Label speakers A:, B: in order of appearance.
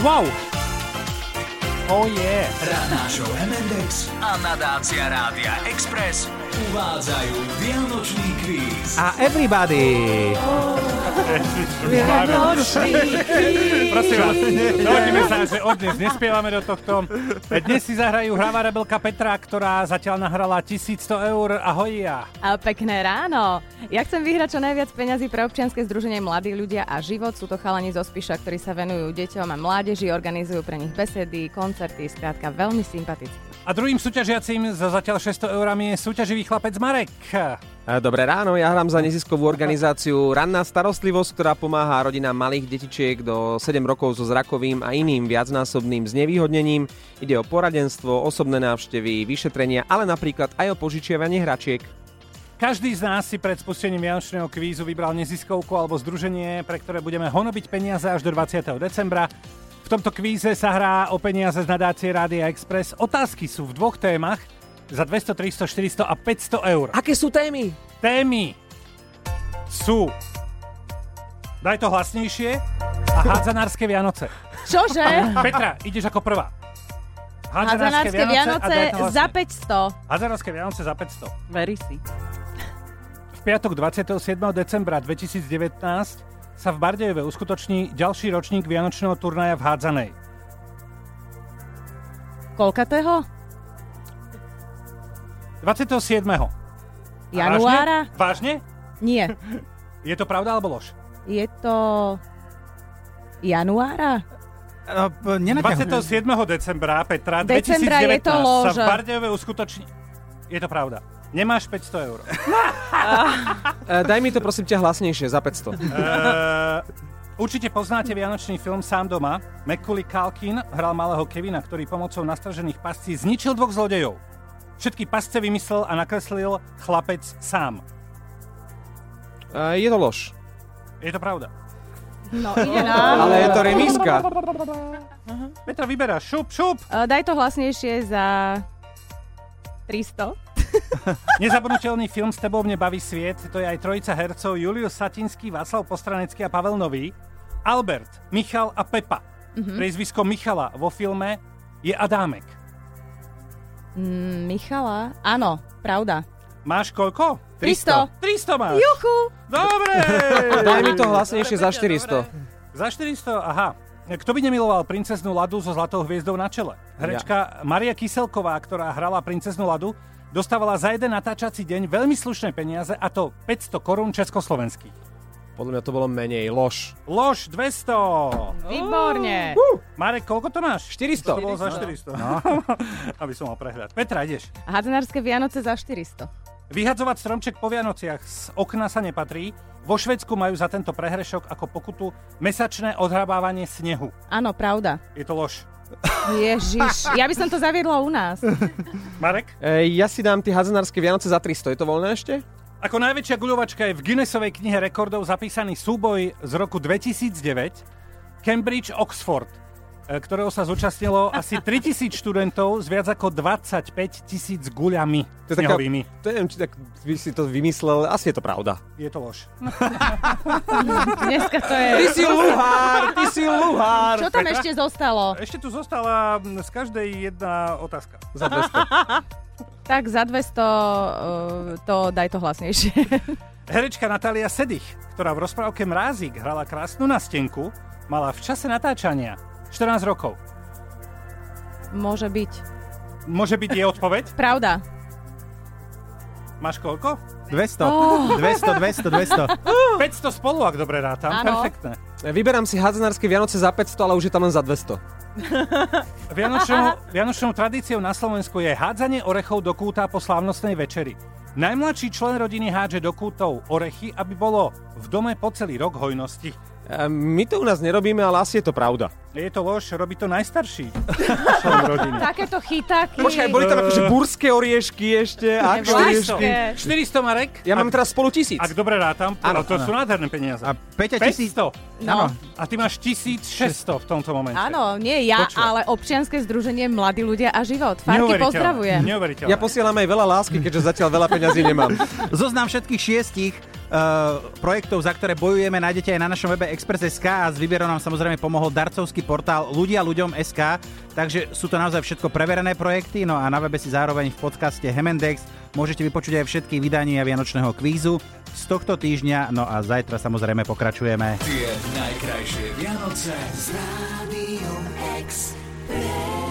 A: Wow! Oh yeah!
B: Rána show M&X a nadácia Rádia Express uvádzajú Vianočný kvíz.
C: A everybody!
A: Prosím vás, dohodneme sa, že od dnes nespievame do tohto. Dnes si zahrajú hráva rebelka Petra, ktorá zatiaľ nahrala 1100 eur. Ahoj ja.
D: A pekné ráno. Ja chcem vyhrať čo najviac peňazí pre občianske združenie Mladí ľudia a život. Sú to chalani zo Spiša, ktorí sa venujú deťom a mládeži, organizujú pre nich besedy, koncerty, skrátka veľmi sympatickí.
A: A druhým súťažiacím za zatiaľ 600 eurami je súťaživý chlapec Marek.
C: E, Dobré ráno, ja hrám za neziskovú organizáciu Ranná starostlivosť, ktorá pomáha rodinám malých detičiek do 7 rokov so zrakovým a iným viacnásobným znevýhodnením. Ide o poradenstvo, osobné návštevy, vyšetrenia, ale napríklad aj o požičiavanie hračiek.
A: Každý z nás si pred spustením vianočného kvízu vybral neziskovku alebo združenie, pre ktoré budeme honobiť peniaze až do 20. decembra. V tomto kvíze sa hrá o peniaze z nadácie Rádia Express. Otázky sú v dvoch témach za 200, 300, 400 a 500 eur.
C: Aké sú témy? E,
A: Témy sú... Daj to hlasnejšie a hádzanárske Vianoce.
D: Čože?
A: Petra, ideš ako prvá.
D: Hazanárske Vianoce
A: daj to hlasne.
D: za 500.
A: Hazanárske Vianoce za 500.
D: Veri si.
A: V piatok 27. decembra 2019 sa v Bardejove uskutoční ďalší ročník Vianočného turnaja v Hádzanej.
D: Koľkatého?
A: 27.
D: Januára?
A: Vážne? Vážne?
D: Nie.
A: Je to pravda alebo lož?
D: Je to... Januára?
E: A, p- nenaťahuj.
A: 27. decembra, Petra,
D: Decembra
A: 2019
D: je to
A: sa v
D: lóža.
A: Bardejove uskutoční... Je to pravda. Nemáš 500 eur.
C: E, daj mi to prosím ťa hlasnejšie, za
A: Eh,
C: 500.
A: určite poznáte vianočný film Sám doma. Macaulay Kalkin hral malého Kevina, ktorý pomocou nastražených pascí zničil dvoch zlodejov. Všetky pasce vymyslel a nakreslil chlapec sám.
C: E, je to lož,
A: Je to pravda.
D: No, ide nám.
C: ale je to remízka.
A: Petra, vyberá šup, šup.
D: Eh, Daj to hlasnejšie za 300.
A: Nezabudnutelný film S tebou mne baví sviet, to je aj trojica hercov Julius Satinský, Václav Postranecký a Pavel Nový, Albert, Michal a Pepa. Priezvisko Michala vo filme je Adámek.
D: Mm, Michala? Áno, pravda.
A: Máš koľko?
D: 300.
A: 300 máš.
D: Juchu!
A: Dobre.
C: Daj mi to hlasnejšie za 400.
A: Za 400, aha. Kto by nemiloval princeznú Ladu so zlatou hviezdou na čele? Herečka Maria Kyselková, ktorá hrala princeznú Ladu, dostávala za jeden natáčací deň veľmi slušné peniaze, a to 500 korún československých.
C: Podľa mňa to bolo menej, lož.
A: Lož 200!
D: Výborne.
A: Marek, koľko to máš? To
C: 400.
A: bolo za 400. No. Aby som mal prehľad. Petra, ideš.
D: Hadzanárske Vianoce za 400.
A: Vyhadzovať stromček po Vianociach z okna sa nepatrí. Vo Švedsku majú za tento prehrešok ako pokutu mesačné odhrabávanie snehu.
D: Áno, pravda.
A: Je to lož.
D: Ježiš, ja by som to zaviedla u nás.
A: Marek?
C: E, ja si dám tie hazanárske Vianoce za 300, je to voľné ešte?
A: Ako najväčšia guľovačka je v Guinnessovej knihe rekordov zapísaný súboj z roku 2009 Cambridge-Oxford, e, ktorého sa zúčastnilo asi 3000 študentov s viac ako 25 tisíc guľami
C: To taká-
A: snehovými.
C: To neviem, či tak by si to vymyslel, asi je to pravda.
A: Je to lož.
D: Dneska to je...
C: Ty si luhár, ty si luhár.
D: Čo tam ešte zostalo?
A: Ešte tu zostala mm, z každej jedna otázka.
C: Za 200.
D: Tak za 200 uh, to daj to hlasnejšie.
A: Herečka Natália Sedich, ktorá v rozprávke Mrázik hrala krásnu nastenku, mala v čase natáčania 14 rokov.
D: Môže byť.
A: Môže byť jej odpoveď?
D: Pravda.
A: Máš koľko?
E: 200,
D: Oh.
E: 200, 200, 200.
A: 500 spolu, ak dobre rátam.
D: Áno.
A: Perfektné.
C: Vyberám si hazanárske Vianoce za 500, ale už je tam len za 200.
A: Vianočnou, Vianočnou tradíciou na Slovensku je hádzanie orechov do kúta po slávnostnej večeri. Najmladší člen rodiny hádže do kútov orechy, aby bolo v dome po celý rok hojnosti.
C: E, My to u nás nerobíme, ale asi je to pravda.
A: Je to lož, robí to najstarší člen rodiny.
D: Takéto chytáky.
C: Počkaj, boli tam akože burské oriešky ešte,
D: Nebolo.
C: akčné oriešky.
A: 400, 400 Marek.
C: Ja mám teraz spolu tisíc.
A: Ak dobre rátam, áno, to sú nádherné peniaze.
E: A Peťa tisíc...
A: 500.
D: No.
A: A ty máš 1600 v tomto momente.
D: Áno, nie ja,
A: Počúvaj.
D: ale občianske združenie Mladí ľudia a život. Farky
A: Neuveriteľné.
D: pozdravujem.
A: Neuveriteľné.
C: Ja posielam aj veľa lásky, keďže zatiaľ veľa peňazí nemám.
E: Zoznam všetkých šiestich eh, projektov, za ktoré bojujeme, nájdete aj na našom webe Express.sk a s výberom nám samozrejme pomohol darcovský portál Ľudia ľuďom SK, takže sú to naozaj všetko preverené projekty, no a na webe si zároveň v podcaste Hemendex môžete vypočuť aj všetky vydania Vianočného kvízu z tohto týždňa, no a zajtra samozrejme pokračujeme.
B: Tie najkrajšie Vianoce s Rádiom Express.